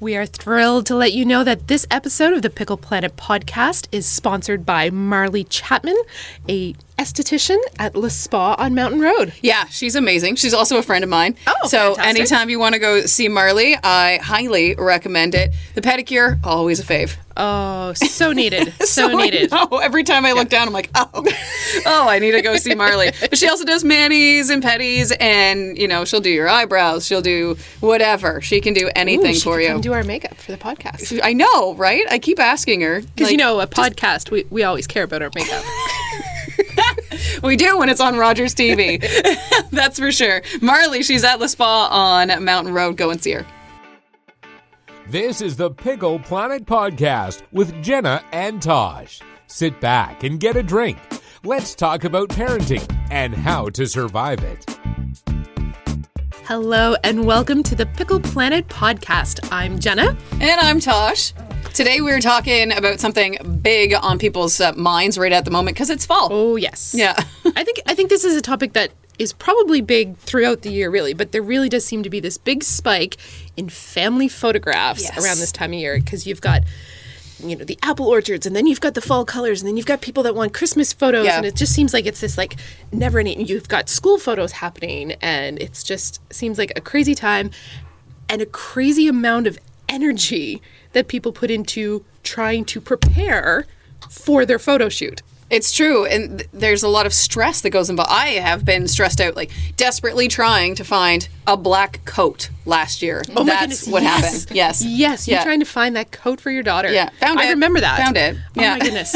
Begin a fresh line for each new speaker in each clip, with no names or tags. We are thrilled to let you know that this episode of the Pickle Planet podcast is sponsored by Marley Chapman, a esthetician at Le Spa on Mountain Road.
Yeah, she's amazing. She's also a friend of mine.
Oh,
so
fantastic.
anytime you want to go see Marley, I highly recommend it. The pedicure, always a fave.
Oh, so needed. so, needed.
Oh, every time I look down, I'm like, oh, oh, I need to go see Marley. But she also does manis and petties, and you know, she'll do your eyebrows, she'll do whatever. She can do anything
Ooh, she
for
could
you.
Come do our makeup for the podcast.
I know, right? I keep asking her
Because you know, a podcast, we, we always care about our makeup.
We do when it's on Rogers TV. That's for sure. Marley, she's at La Spa on Mountain Road. Go and see her.
This is the Pickle Planet Podcast with Jenna and Tosh. Sit back and get a drink. Let's talk about parenting and how to survive it.
Hello, and welcome to the Pickle Planet podcast. I'm Jenna.
And I'm Tosh. Today we were talking about something big on people's uh, minds right at the moment because it's fall.
Oh, yes.
Yeah.
I think I think this is a topic that is probably big throughout the year, really, but there really does seem to be this big spike in family photographs
Yes.
around this time of year because you've got you know the apple orchards and then you've got the fall colors and then you've got people that want christmas photos
Yeah.
and it just seems like it's this like never ending you've got school photos happening and it's just seems like a crazy time and a crazy amount of energy that people put into trying to prepare for their photo shoot
It's true, and th- there's a lot of stress that goes involved. I have been stressed out, like desperately trying to find a black coat last year.
Oh my
That's
goodness,
what
yes.
happened. Yes.
Yes. You're
Yeah.
trying to find that coat for your daughter.
Yeah, found
I
it.
remember that.
Found it.
Oh
Yeah.
my goodness.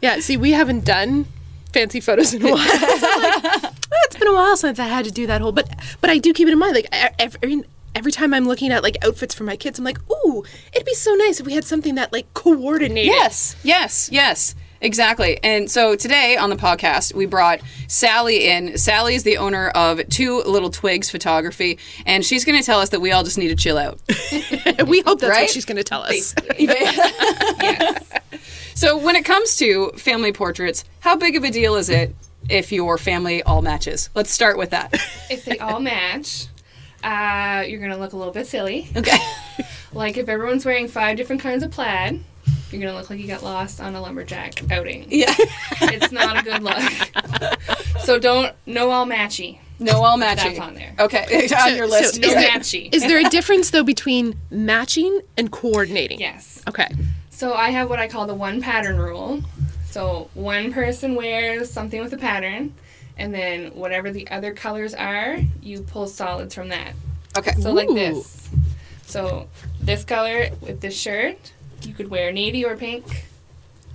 yeah. See, we haven't done fancy photos in a while. So I'm like, "Oh, it's been a while since I had to do that whole. But but I do keep it in mind. Like e- every every time I'm looking at like outfits for my kids, I'm like, ooh, it'd be so nice if we had something that like coordinated.
Yes, yes, yes. Exactly. And so today on the podcast, we brought Sally in. Sally is the owner of Two Little Twigs Photography, and she's going to tell us that we all just need to chill out.
And we hope that's
Right?
what she's going to tell us.
So, when it comes to family portraits, how big of a deal is it if your family all matches? Let's start with that.
if they all match, uh, you're gonna look a little bit silly.
Okay.
Like if everyone's wearing five different kinds of plaid, you're gonna look like you got lost on a lumberjack outing.
Yeah.
It's not a good look. so don't no all matchy.
No all matching.
That's on there.
Okay. on your
so
list.
No
Is there-
matchy.
Is there a difference though between matching and coordinating?
yes.
Okay.
So I have what I call the one pattern rule. So one person wears something with a pattern, and then whatever the other colors are, you pull solids from that.
okay.
So like
Ooh.
this. So this color with this shirt, you could wear navy or pink.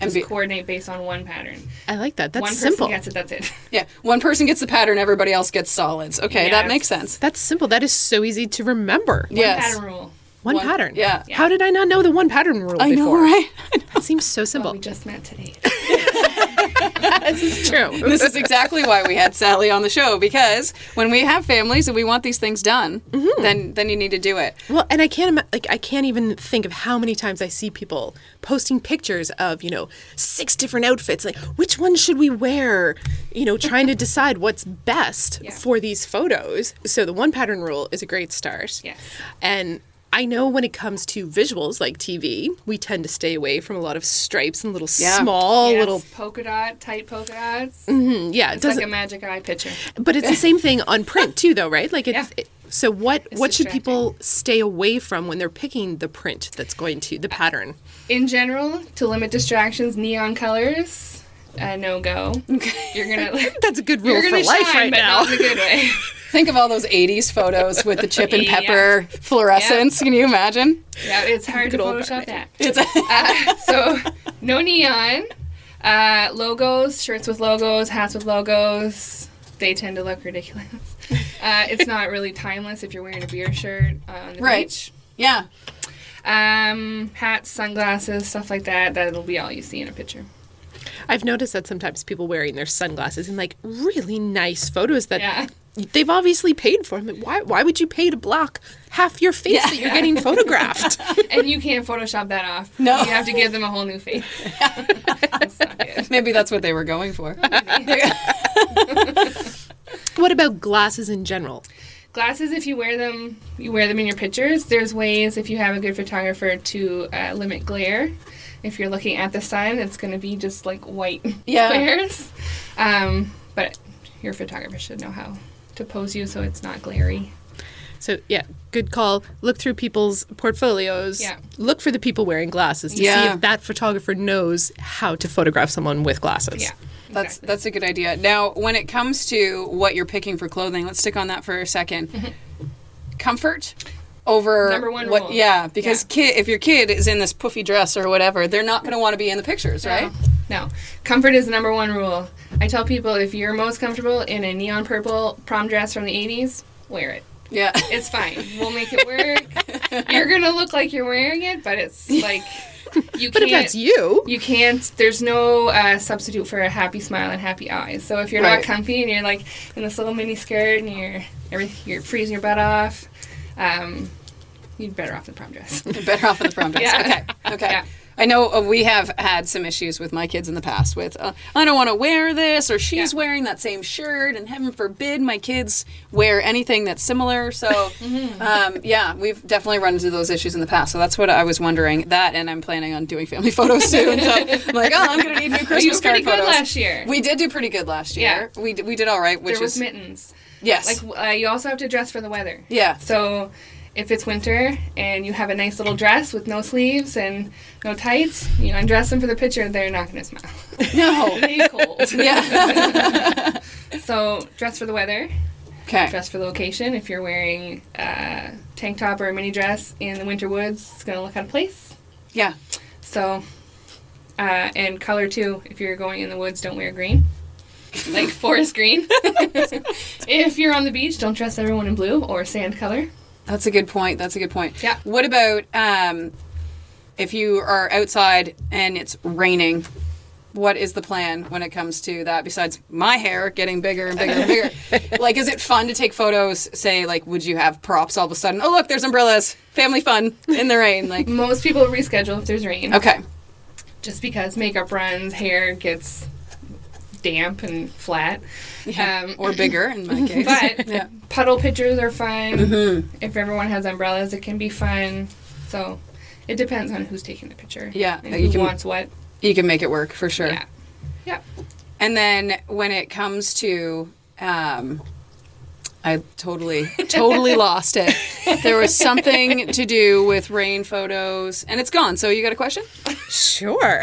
And
Just
be-
coordinate based on one pattern.
I like that. That's
one person
simple.
gets it. That's it.
yeah. One person gets the pattern, everybody else gets solids. Okay. That
Yes.
makes sense.
That's simple. That is so easy to remember.
yes.
Pattern rule.
One,
One-
pattern.
yeah.
How did I not know the one pattern rule
I know,
before?
right?
That seems so simple.
We just met today.
this is true.
this is exactly why we had Sally on the show because when we have families and we want these things done, then then you need to do it.
Well, and I can't ima- like I can't even think of how many times I see people posting pictures of you know six different outfits. Like which one should we wear? You know, trying to decide what's best
Yeah.
for these photos. So the one pattern rule is a great start.
Yes.
And I know when it comes to visuals like TV, we tend to stay away from a lot of stripes and little
Yeah.
small
Yes,
little
polka dot, tight polka dots.
yeah. It
It's like
doesn't
a magic eye picture.
But it's the same thing on print too, though, right? Like, it's,
Yeah.
it- so what? what should
distracting.
people stay away from when they're picking the print that's going to the pattern?
In general, to limit distractions, neon colors, uh, no go. You're gonna.
That's a good rule
You're
for
gonna
life
shine,
right
but
now.
Not in a good way.
Think of all those 80s photos with the chip and
Yeah.
pepper fluorescence. Can you imagine?
Yeah, it's hard to
old
Photoshop that. uh, so, no neon. Uh, logos, shirts with logos, hats with logos. They tend to look ridiculous. Uh, it's not really timeless if you're wearing a beer shirt on the
Right.
beach.
Yeah.
Um, hats, sunglasses, stuff like that. That'll be all you see in a picture.
I've noticed that sometimes people wearing their sunglasses in like really nice photos that
Yeah.
they've obviously paid for. I'm like, why? Why would you pay to block half your face that you're getting photographed?
And you can't Photoshop that off.
No.
You have to give them a whole new face. That's not good.
Maybe that's what they were going for.
what about glasses in general?
Glasses, if you wear them, you wear them in your pictures. There's ways, if you have a good photographer, to uh, limit glare. If you're looking at the sun, it's going to be just like white
Yeah.
flares. Um, but your photographer should know how to pose you so it's not glary.
So yeah, good call. Look through people's portfolios.
Yeah.
Look for the people wearing glasses to see
Yeah.
if that photographer knows how to photograph someone with glasses.
Yeah.
That's
exactly.
that's a good idea. Now, when it comes to what you're picking for clothing, let's stick on that for a 2nd Comfort over
Mm-hmm. Number one
what
rule.
yeah, because
Yeah.
kid if your kid is in this poofy dress or whatever, they're not going to want to be in the pictures, right?
No. No. Comfort is the number one rule. I tell people if you're most comfortable in a neon purple prom dress from the 80s, wear it.
Yeah.
It's fine. We'll make it work. you're going to look like you're wearing it, but it's like you can't
But if that's you,
you can't there's no uh, substitute for a happy smile and happy eyes so if you're
Right.
not comfy and you're like in this little mini skirt and you're everything you're freezing your butt off um, you'd better off the prom dress
You're better off in the prom dress.
Yeah.
Okay. Okay.
Yeah.
I know uh, we have had some issues with my kids in the past with uh, I don't want to wear this or she's
Yeah.
wearing that same shirt and heaven forbid my kids wear anything that's similar. So um, yeah, we've definitely run into those issues in the past. So that's what I was wondering. That and I'm planning on doing family photos soon. So I'm like, oh, I'm gonna need new Christmas
were pretty
card
good
photos.
last year.
We did do pretty good last year. We d- we did all right, which
there was
is
mittens
yes.
like uh, you also have to dress for the weather
Yeah.
so if it's winter and you have a nice little dress with no sleeves and no tights you undress them for the picture they're not going to smile
no.
they cold
yeah.
so dress for the weather
Okay.
dress for the location. If you're wearing a tank top or a mini dress in the winter woods, it's going to look out of place.
Yeah.
So, uh, and color too. If you're going in the woods, don't wear green, like forest green. if you're on the beach, don't dress everyone in blue or sand color.
That's a good point. That's a good point.
Yeah.
What about um, if you are outside and it's raining? What is the plan when it comes to that? Besides my hair getting bigger and bigger and bigger, like is it fun to take photos? Say like, would you have props all of a sudden? Oh look, there's umbrellas. Family fun in the rain. Like
Most people reschedule if there's rain,
okay,
just because makeup runs, hair gets damp and flat. Um,
or bigger in my case.
But
Yeah.
puddle pictures are fun.
Mm-hmm.
If everyone has umbrellas, it can be fun. So it depends on who's taking the picture.
Yeah,
and
you
who
can-
wants what.
you can make it work for sure.
Yeah, yeah.
And then when it comes to, um, I totally, totally lost it. There was something to do with rain photos, and it's gone. So you got a question?
sure.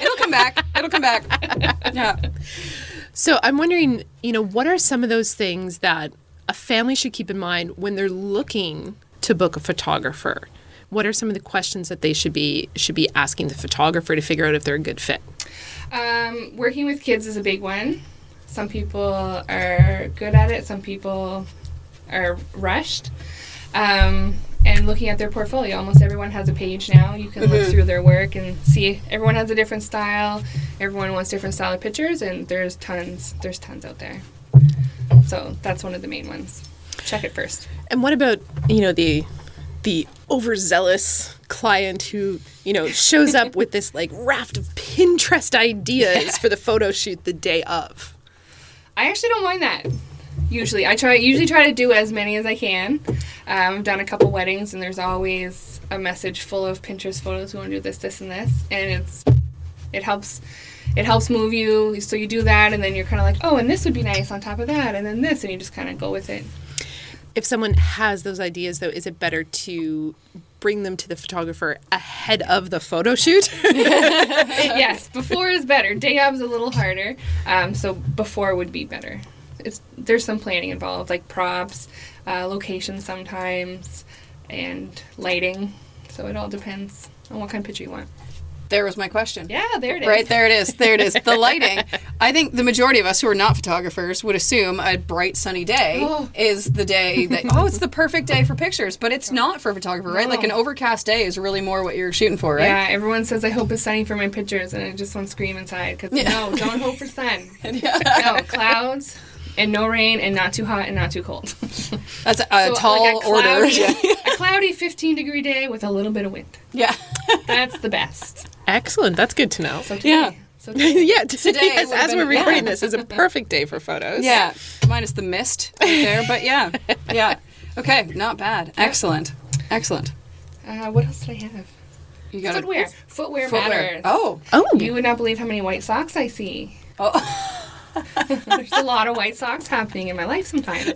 It'll come back. It'll come back. Yeah.
So I'm wondering, you know, what are some of those things that a family should keep in mind when they're looking to book a photographer? What are some of the questions that they should be should be asking the photographer to figure out if they're a good fit?
Um, working with kids is a big one. Some people are good at it. Some people are rushed. Um, and looking at their portfolio, almost everyone has a page now. You can look through their work and see everyone has a different style. Everyone wants different style of pictures, and there's tons. There's tons out there. So that's one of the main ones. Check it first.
And what about you know the the overzealous client who you know shows up with this like raft of Pinterest ideas for the photo shoot the day of?
I actually don't mind that. Usually, I try usually try to do as many as I can. Um, I've done a couple weddings, and there's always a message full of Pinterest photos. We want to do this, this, and this, and it's it helps it helps move you. So you do that, and then you're kind of like, oh, and this would be nice on top of that, and then this, and you just kind of go with it.
If someone has those ideas though, is it better to bring them to the photographer ahead of the photo shoot?
yes, before is better. Day of is a little harder, um, so before would be better. It's there's some planning involved, like props, uh, location sometimes, and lighting. So it all depends on what kind of picture you want.
There was my question.
Yeah, there it is.
Right there it is. There it is. The lighting. I think the majority of us who are not photographers would assume a bright sunny day
Oh.
is the day that oh it's the perfect day for pictures, but it's not for a photographer, right? Like an overcast day is really more what you're shooting for, right?
Yeah, everyone says I hope it's sunny for my pictures, and I just want to scream inside because no, don't hope for sun. No clouds, and no rain, and not too hot and not too cold.
That's a
So,
tall
like a
order.
cloudy- a cloudy 15 degree day with a little bit of wind.
yeah.
That's the best.
Excellent. That's good to know.
So
Yeah.
today, so So
yeah, today,
Today
yes,
would've
as
been-
we're
yeah.
recording this, is a perfect day for photos.
Yeah, minus the mist right there, but yeah, yeah. Okay, not bad. Excellent, excellent.
uh, what else did I have?
You got
Footwear. Footwear, matters.
Oh,
Oh,
You would not believe how many white socks I see.
oh,
There's a lot of white socks happening in my life sometimes.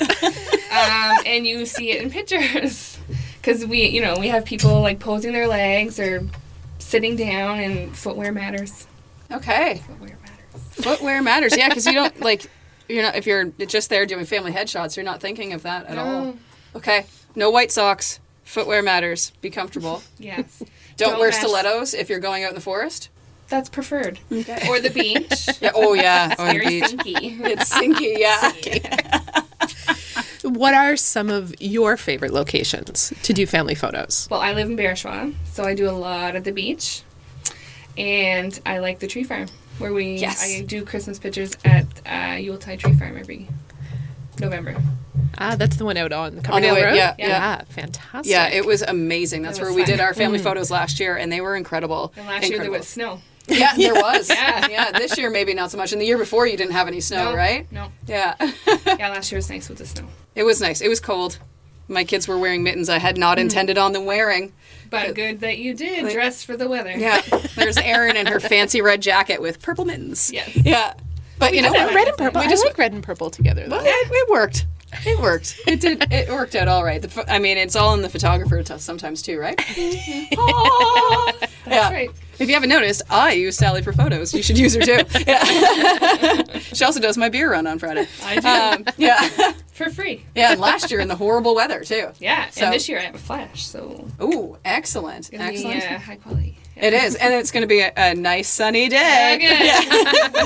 um, and you see it in pictures. Because we, you know, we have people like posing their legs or sitting down, and footwear matters.
okay.
Footwear matters.
Footwear matters. Yeah, because you don't like you're not if you're just there doing family headshots, you're not thinking of that at all.
No.
Okay, no white socks. Footwear matters. Be comfortable.
Yes.
Don't, wear
mess-
stilettos if you're going out in the forest.
That's preferred. Or the beach.
Yeah. Oh yeah. on the
Very
beach.
stinky.
It's sinky. Yeah.
What are some of your favorite locations to do family photos?
Well, I live in Beersheba, so I do a lot at the beach, and I like the tree farm where we.
Yes.
I do Christmas pictures at uh, Yuletide Tree Farm every November.
Ah, that's the one out on the
On the
Coverdale
way-
Road.
yeah,
yeah,
yeah.
fantastic.
Yeah, it was amazing. That's
It
where
was
we
fun. Mm.
did our family photos last year, and they were incredible.
And last year
Incredible.
there was snow.
Yeah, there was.
Yeah.
yeah, This year maybe not so much. And the year before you didn't have any snow,
No,
Oh, right?
No.
Yeah.
Yeah, last year was nice with the snow,
it was nice. It was cold. My kids were wearing mittens I had
Mm.
not intended on them wearing.
but good that you did dress for the weather.
Yeah. There's Erin in her fancy red jacket with purple mittens.
Yes.
Yeah. But you know,
Oh,
what?
red and purple. We just like red and purple together.
Well,
Though.
it, it worked. It worked. It did. It worked out all right. The, pho- I mean, it's all in the photographer t- sometimes too, right? Aw.
That's right.
If you haven't noticed, I use Sally for photos. You should use her too. Yeah. she also does my beer run on Friday.
I do
Um, yeah,
for free.
yeah. And last year in the horrible weather too.
Yeah,
So-
and this year I have a flash, so
Ooh, excellent,
it's gonna be,
excellent.
uh, high quality.
It is, and it's going to be a, a nice sunny day.
Okay.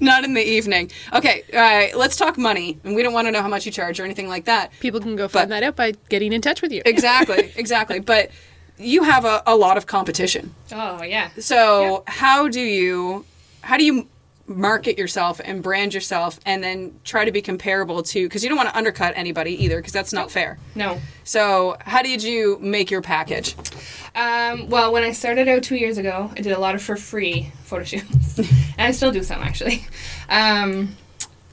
Not in the evening. Okay, all right. Let's talk money, and we don't want to know how much you charge or anything like that.
People can go find
But-
that out by getting in touch with you.
Exactly, exactly. But you have a, a lot of competition.
Oh yeah.
So how do you how do you market yourself and brand yourself and then try to be comparable to because you don't want to undercut anybody either because that's not fair.
No.
So how did you make your package?
Um, well, when I started out two years ago, I did a lot of for free photo shoots, and I still do some actually. Um,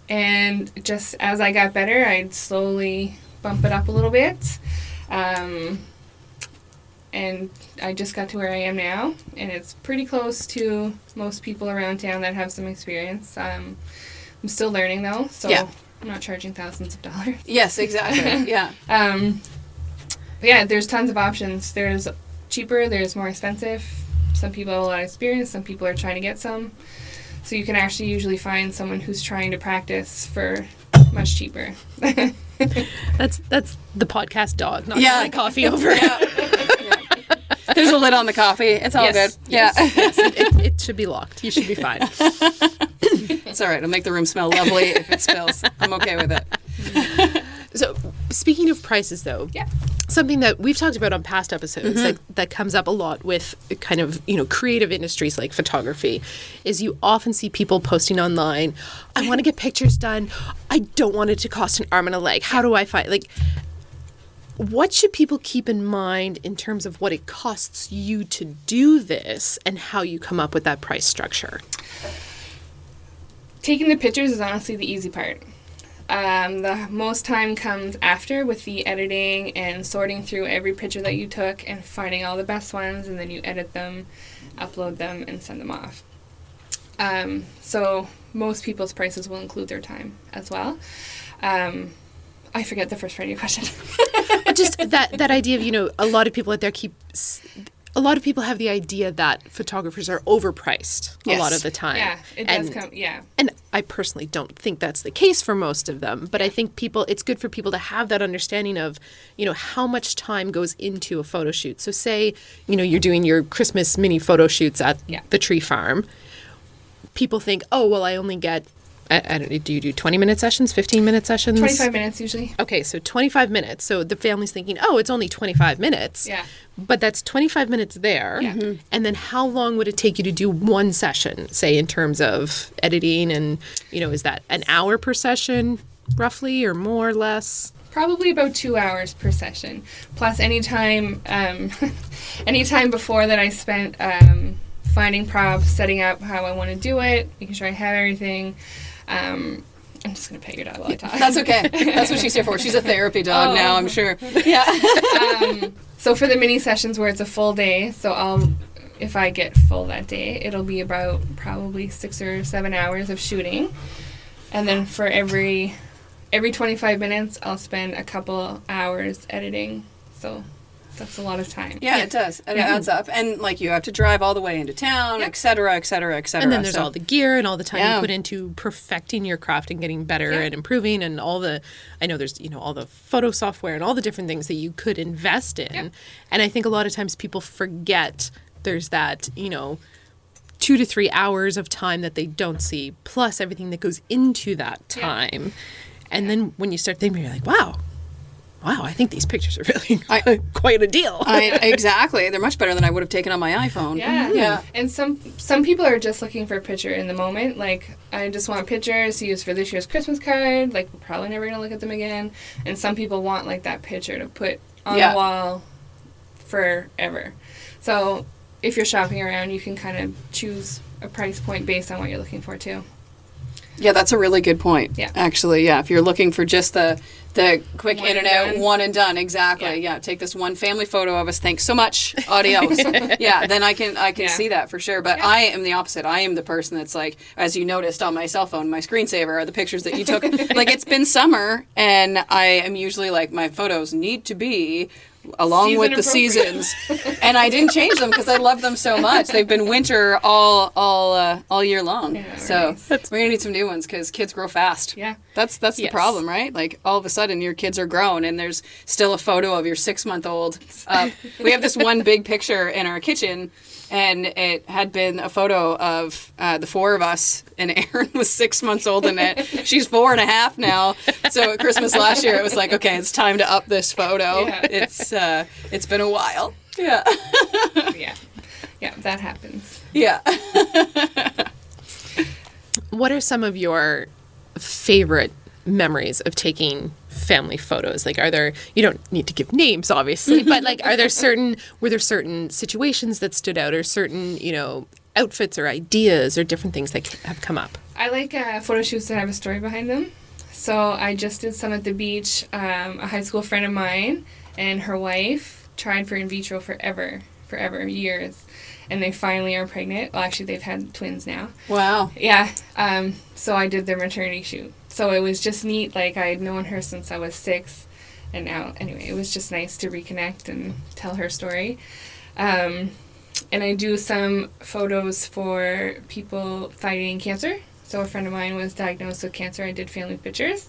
and just as I got better, I'd slowly bump it up a little bit, um, and I just got to where I am now, and it's pretty close to most people around town that have some experience. Um, I'm still learning though, so
Yeah.
I'm not charging thousands of dollars.
Yes, exactly. yeah.
Um, but yeah, there's tons of options. There's cheaper, there's more expensive. Some people have a lot of experience, some people are trying to get some. So you can actually usually find someone who's trying to practice for much cheaper.
That's that's the podcast dog, not
Yeah.
my coffee over.
There's a lid on the coffee. It's all
Yes,
good.
yes,
yeah.
yes. It, it should be locked. You should be fine.
It's all right. It'll make the room smell lovely if it spills. I'm okay with it.
So, speaking of prices, though,
Yeah.
something that we've talked about on past episodes that, that comes up a lot with kind of you know creative industries like photography is you often see people posting online i want to get pictures done i don't want it to cost an arm and a leg how do i find like what should people keep in mind in terms of what it costs you to do this and how you come up with that price structure
Taking the pictures is honestly the easy part. Um, the most time comes after with the editing and sorting through every picture that you took and finding all the best ones, and then you edit them, upload them, and send them off. Um, so most people's prices will include their time as well. Um, I forget the first part of your question.
But just that that idea of you know a lot of people out there keep s- a lot of people have the idea that photographers are overpriced a lot
Yes.
of the time
yeah, it does
and,
come. Yeah.
and i personally don't think that's the case for most of them but i think people it's good for people to have that understanding of you know how much time goes into a photo shoot so say you know you're doing your christmas mini photo shoots at
Yeah.
the tree farm people think oh well i only get I, I don't know, do you do 20 minute sessions 15 minute sessions
25 minutes usually.
Okay, so 25 minutes. So the family's thinking, oh, it's only 25 minutes.
Yeah.
But that's 25 minutes there.
Yeah. Mhm.
And then how long would it take you to do one session, say, in terms of editing? And, you know, is that an hour per session, roughly, or more or less?
probably about two hours per session plus any time um, any time before that i spent um, finding props, setting up how I want to do it, making sure I have everything. Um, I'm just gonna pet your dog while I talk.
That's okay. That's what she's here for. She's a therapy dog now, I'm sure.
So for the mini sessions where it's a full day, so I'll if I get full that day, it'll be about probably six or seven hours of shooting, and then for every every 25 minutes, I'll spend a couple hours editing. So that's a lot of time.
Yeah, it does. And it adds up. And like you have to drive all the way into town, et cetera, et cetera, et cetera.
And then there's
So-
all the gear and all the time
Yeah.
you put into perfecting your craft and getting better
Yeah.
and improving and all the I know there's you know all the photo software and all the different things that you could invest in.
Yeah.
And I think a lot of times people forget there's that, you know, 2 to 3 hours of time that they don't see plus everything that goes into that
Yeah.
time. And then when you start thinking you're like, wow. Wow, I think these pictures are really
I-
quite a deal.
I, exactly. They're much better than I would have taken on my iPhone.
Yeah.
Yeah.
And some some people are just looking for a picture in the moment. Like I just want pictures to use for this year's Christmas card. Like we're probably never gonna look at them again. And some people want like that picture to put on
Yeah.
the wall forever. So if you're shopping around, you can kind of choose a price point based on what you're looking for too.
Yeah, that's a really good point.
Yeah.
Actually, yeah. If you're looking for just the the quick
One
in and
and
out,
done.
one and done, exactly. Yeah.
Yeah.
Take this one family photo of us. Thanks so much. Adios. yeah, then I can I can
Yeah.
see that for sure. But I am the opposite. I am the person that's like, as you noticed on my cell phone, my screensaver are the pictures that you took. like it's been summer and I am usually like my photos need to be along with the
Season
seasons. and I didn't change them because I love them so much. They've been winter all all uh, all year long.
Yeah,
so
nice.
we're gonna need some new ones because kids grow fast.
Yeah.
that's that's the
Yes.
problem, right? Like all of a sudden your kids are grown, and there's still a photo of your six month old. up. we have this one big picture in our kitchen. And it had been a photo of uh, the four of us, and Erin was six months old in it. She's four and a half now. So at Christmas last year, it was like, okay, it's time to up this photo.
Yeah.
Oh, It's uh, it's been a while. Yeah.
yeah. Yeah, that happens.
Yeah.
What are some of your favorite memories of taking family photos? Like, are there, you don't need to give names, obviously, but like, are there certain, were there certain situations that stood out or certain, you know, outfits or ideas or different things that c- have come up?
I like uh, photo shoots that have a story behind them. So I just did some at the beach. Um, a high school friend of mine and her wife tried for in vitro forever, forever, years. And they finally are pregnant. Well, actually, they've had twins now.
Wow.
Yeah. Um, so I did their maternity shoot. So it was just neat. Like, I had known her since I was six. And now, anyway, it was just nice to reconnect and tell her story. Um, and I do some photos for people fighting cancer. So a friend of mine was diagnosed with cancer. I did family pictures.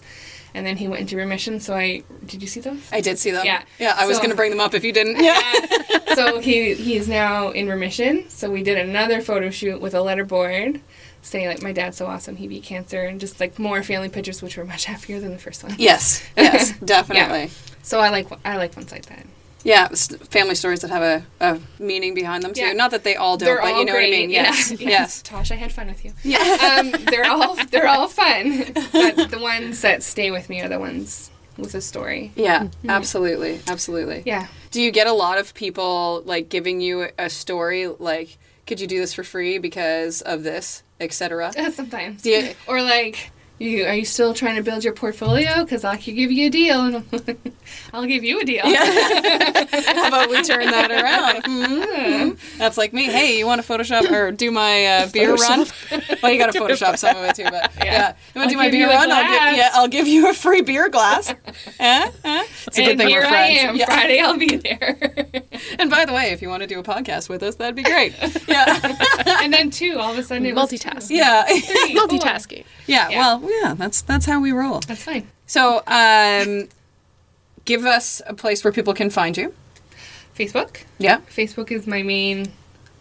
And then he went into remission. So I, did you see those?
I did see them.
Yeah.
Yeah, I was
So-
going to bring them up if you didn't. Yeah.
so he he is now in remission. So we did another photo shoot with a letterboard saying like my dad's so awesome he beat cancer and just like more family pictures which were much happier than the first one.
Yes. Yes, definitely. Yeah.
So I like I like ones like that.
s- family stories that have a, a meaning behind them too.
Yeah.
Not that they all don't, but you know what I mean. Yes.
Yeah.
Yes.
Tosh, I had fun with you. Yeah. Um, they're all they're all fun, but the ones that stay with me are the ones with a story.
Yeah, absolutely. Absolutely.
Yeah.
Do you get a lot of people like giving you a story like could you do this for free because of this, etc.?
Sometimes.
Yeah.
Or like, you are you still trying to build your portfolio? Because I could give you a deal, and I'm like, I'll give you a deal.
How about we turn that around? Mhm. That's like me. Hey, you want to Photoshop or do my uh, beer run? Well, you got to Photoshop some of it too, but yeah. You want to do
I'll
my
give
beer
you a
run? I'll give,
glass.
yeah, I'll give you a free beer glass. Eh? Eh? It's a
and
good thing
here
we're
I
friends.
am.
Yeah.
Friday, I'll be there.
And by the way, if you want to do a podcast with us, that'd be great. Yeah.
and then two, all of a sudden, it was two.
Multitask.
Yeah.
Three, four.
Multitasking.
Yeah.
Yeah.
Well, yeah, that's that's how we roll.
That's fine.
So, um give us a place where people can find you.
Facebook.
Yeah.
Facebook is my main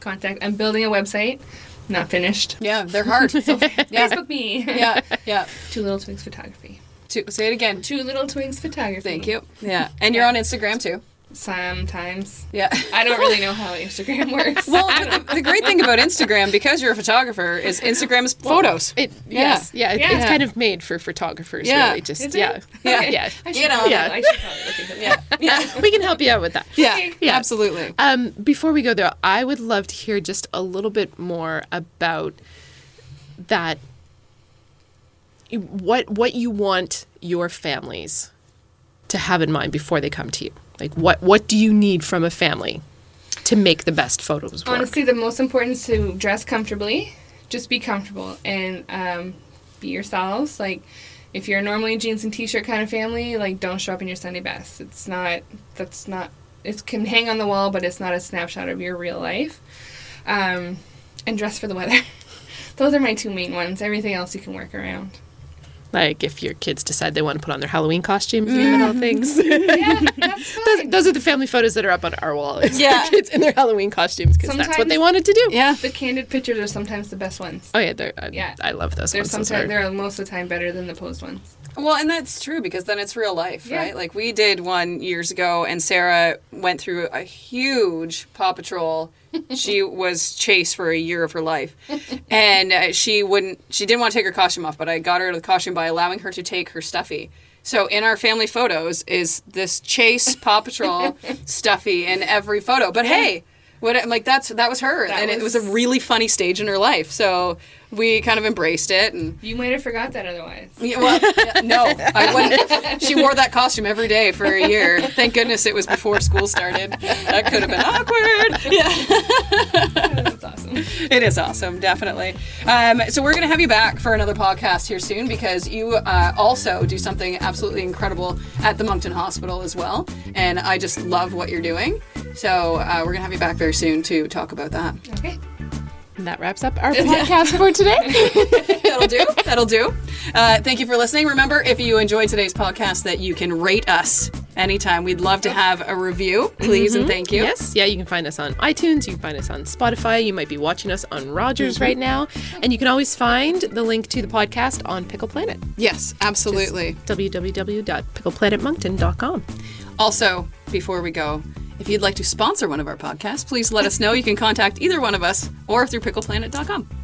contact. I'm building a website. Not finished.
Yeah, they're hard. yeah.
Facebook me.
Yeah. Yeah.
Two Little Twigs Photography.
To, say it again.
Two Little Twigs Photography.
Thank you. Yeah. And you're on Instagram too.
sometimes.
Yeah.
I don't really know how Instagram works.
Well, but the, the great thing about Instagram, because you're a photographer, is Instagram's photos.
It,
Yeah.
Yes. Yeah. it-
Yeah.
It's kind of made for photographers,
Yeah.
really. Just,
Is it?
yeah.
Yeah.
Yeah.
I should
you know,
probably,
yeah.
I should probably look into that.
Yeah. Yeah.
we can help you out with that.
Yeah.
Yeah.
Absolutely.
Um, before we go there, I would love to hear just a little bit more about that. What what you want your families to have in mind before they come to you? Like what what do you need from a family to make the best photos? Work?
Honestly, the most important is to dress comfortably. Just be comfortable and um, be yourselves. Like, if you're normally a jeans and t-shirt kind of family, like don't show up in your Sunday best. It's not. That's not. It can hang on the wall, but it's not a snapshot of your real life. Um, and dress for the weather. Those are my two main ones. Everything else you can work around.
like if your kids decide they want to put on their Halloween costumes, you know
Mm-hmm.
things.
Yeah, that's
those,
fine.
those are the family photos that are up on our wall. is the
Yeah.
kids in their Halloween costumes because that's what
Sometimes-
they wanted to do.
Yeah.
The candid pictures are sometimes the best ones.
Oh yeah, they're, I,
Yeah.
I love those.
They're
ones. Those
sometimes
are-
they're most of the time better than the posed ones.
Well, and that's true because then it's real life,
Yeah.
right? Like we did one years ago, and Sarah went through a huge Paw Patrol. she was chased for a year of her life, and uh, she wouldn't. She didn't want to take her costume off, but I got her out of the costume by allowing her to take her stuffy. So in our family photos is this chase Paw Patrol stuffy in every photo. But hey. What I'm like that's that was her,
That
and it was
was-
a really funny stage in her life. So we kind of embraced it, and
You might have forgot that otherwise.
yeah, well, yeah, no, I wouldn't. She wore that costume every day for a year. Thank goodness it was before school started. That could have been awkward. Yeah,
That's awesome.
it is awesome, definitely. Um, so we're gonna have you back for another podcast here soon because you uh, also do something absolutely incredible at the Moncton Hospital as well, and I just love what you're doing. So uh, we're gonna have you back very soon to talk about that.
Okay.
And that wraps up our podcast for today.
That'll do. That'll do. Uh, thank you for listening. Remember, if you enjoyed today's podcast, that you can rate us anytime. We'd love to have a review, please, and thank you.
yes, yeah, you can find us on iTunes, you can find us on Spotify, you might be watching us on Rogers right now, and you can always find the link to the podcast on Pickle Planet.
Yes, absolutely.
www.pickleplanetmoncton.com.
Also, before we go, if you'd like to sponsor one of our podcasts, please let us know. You can contact either one of us or through pickleplanet.com.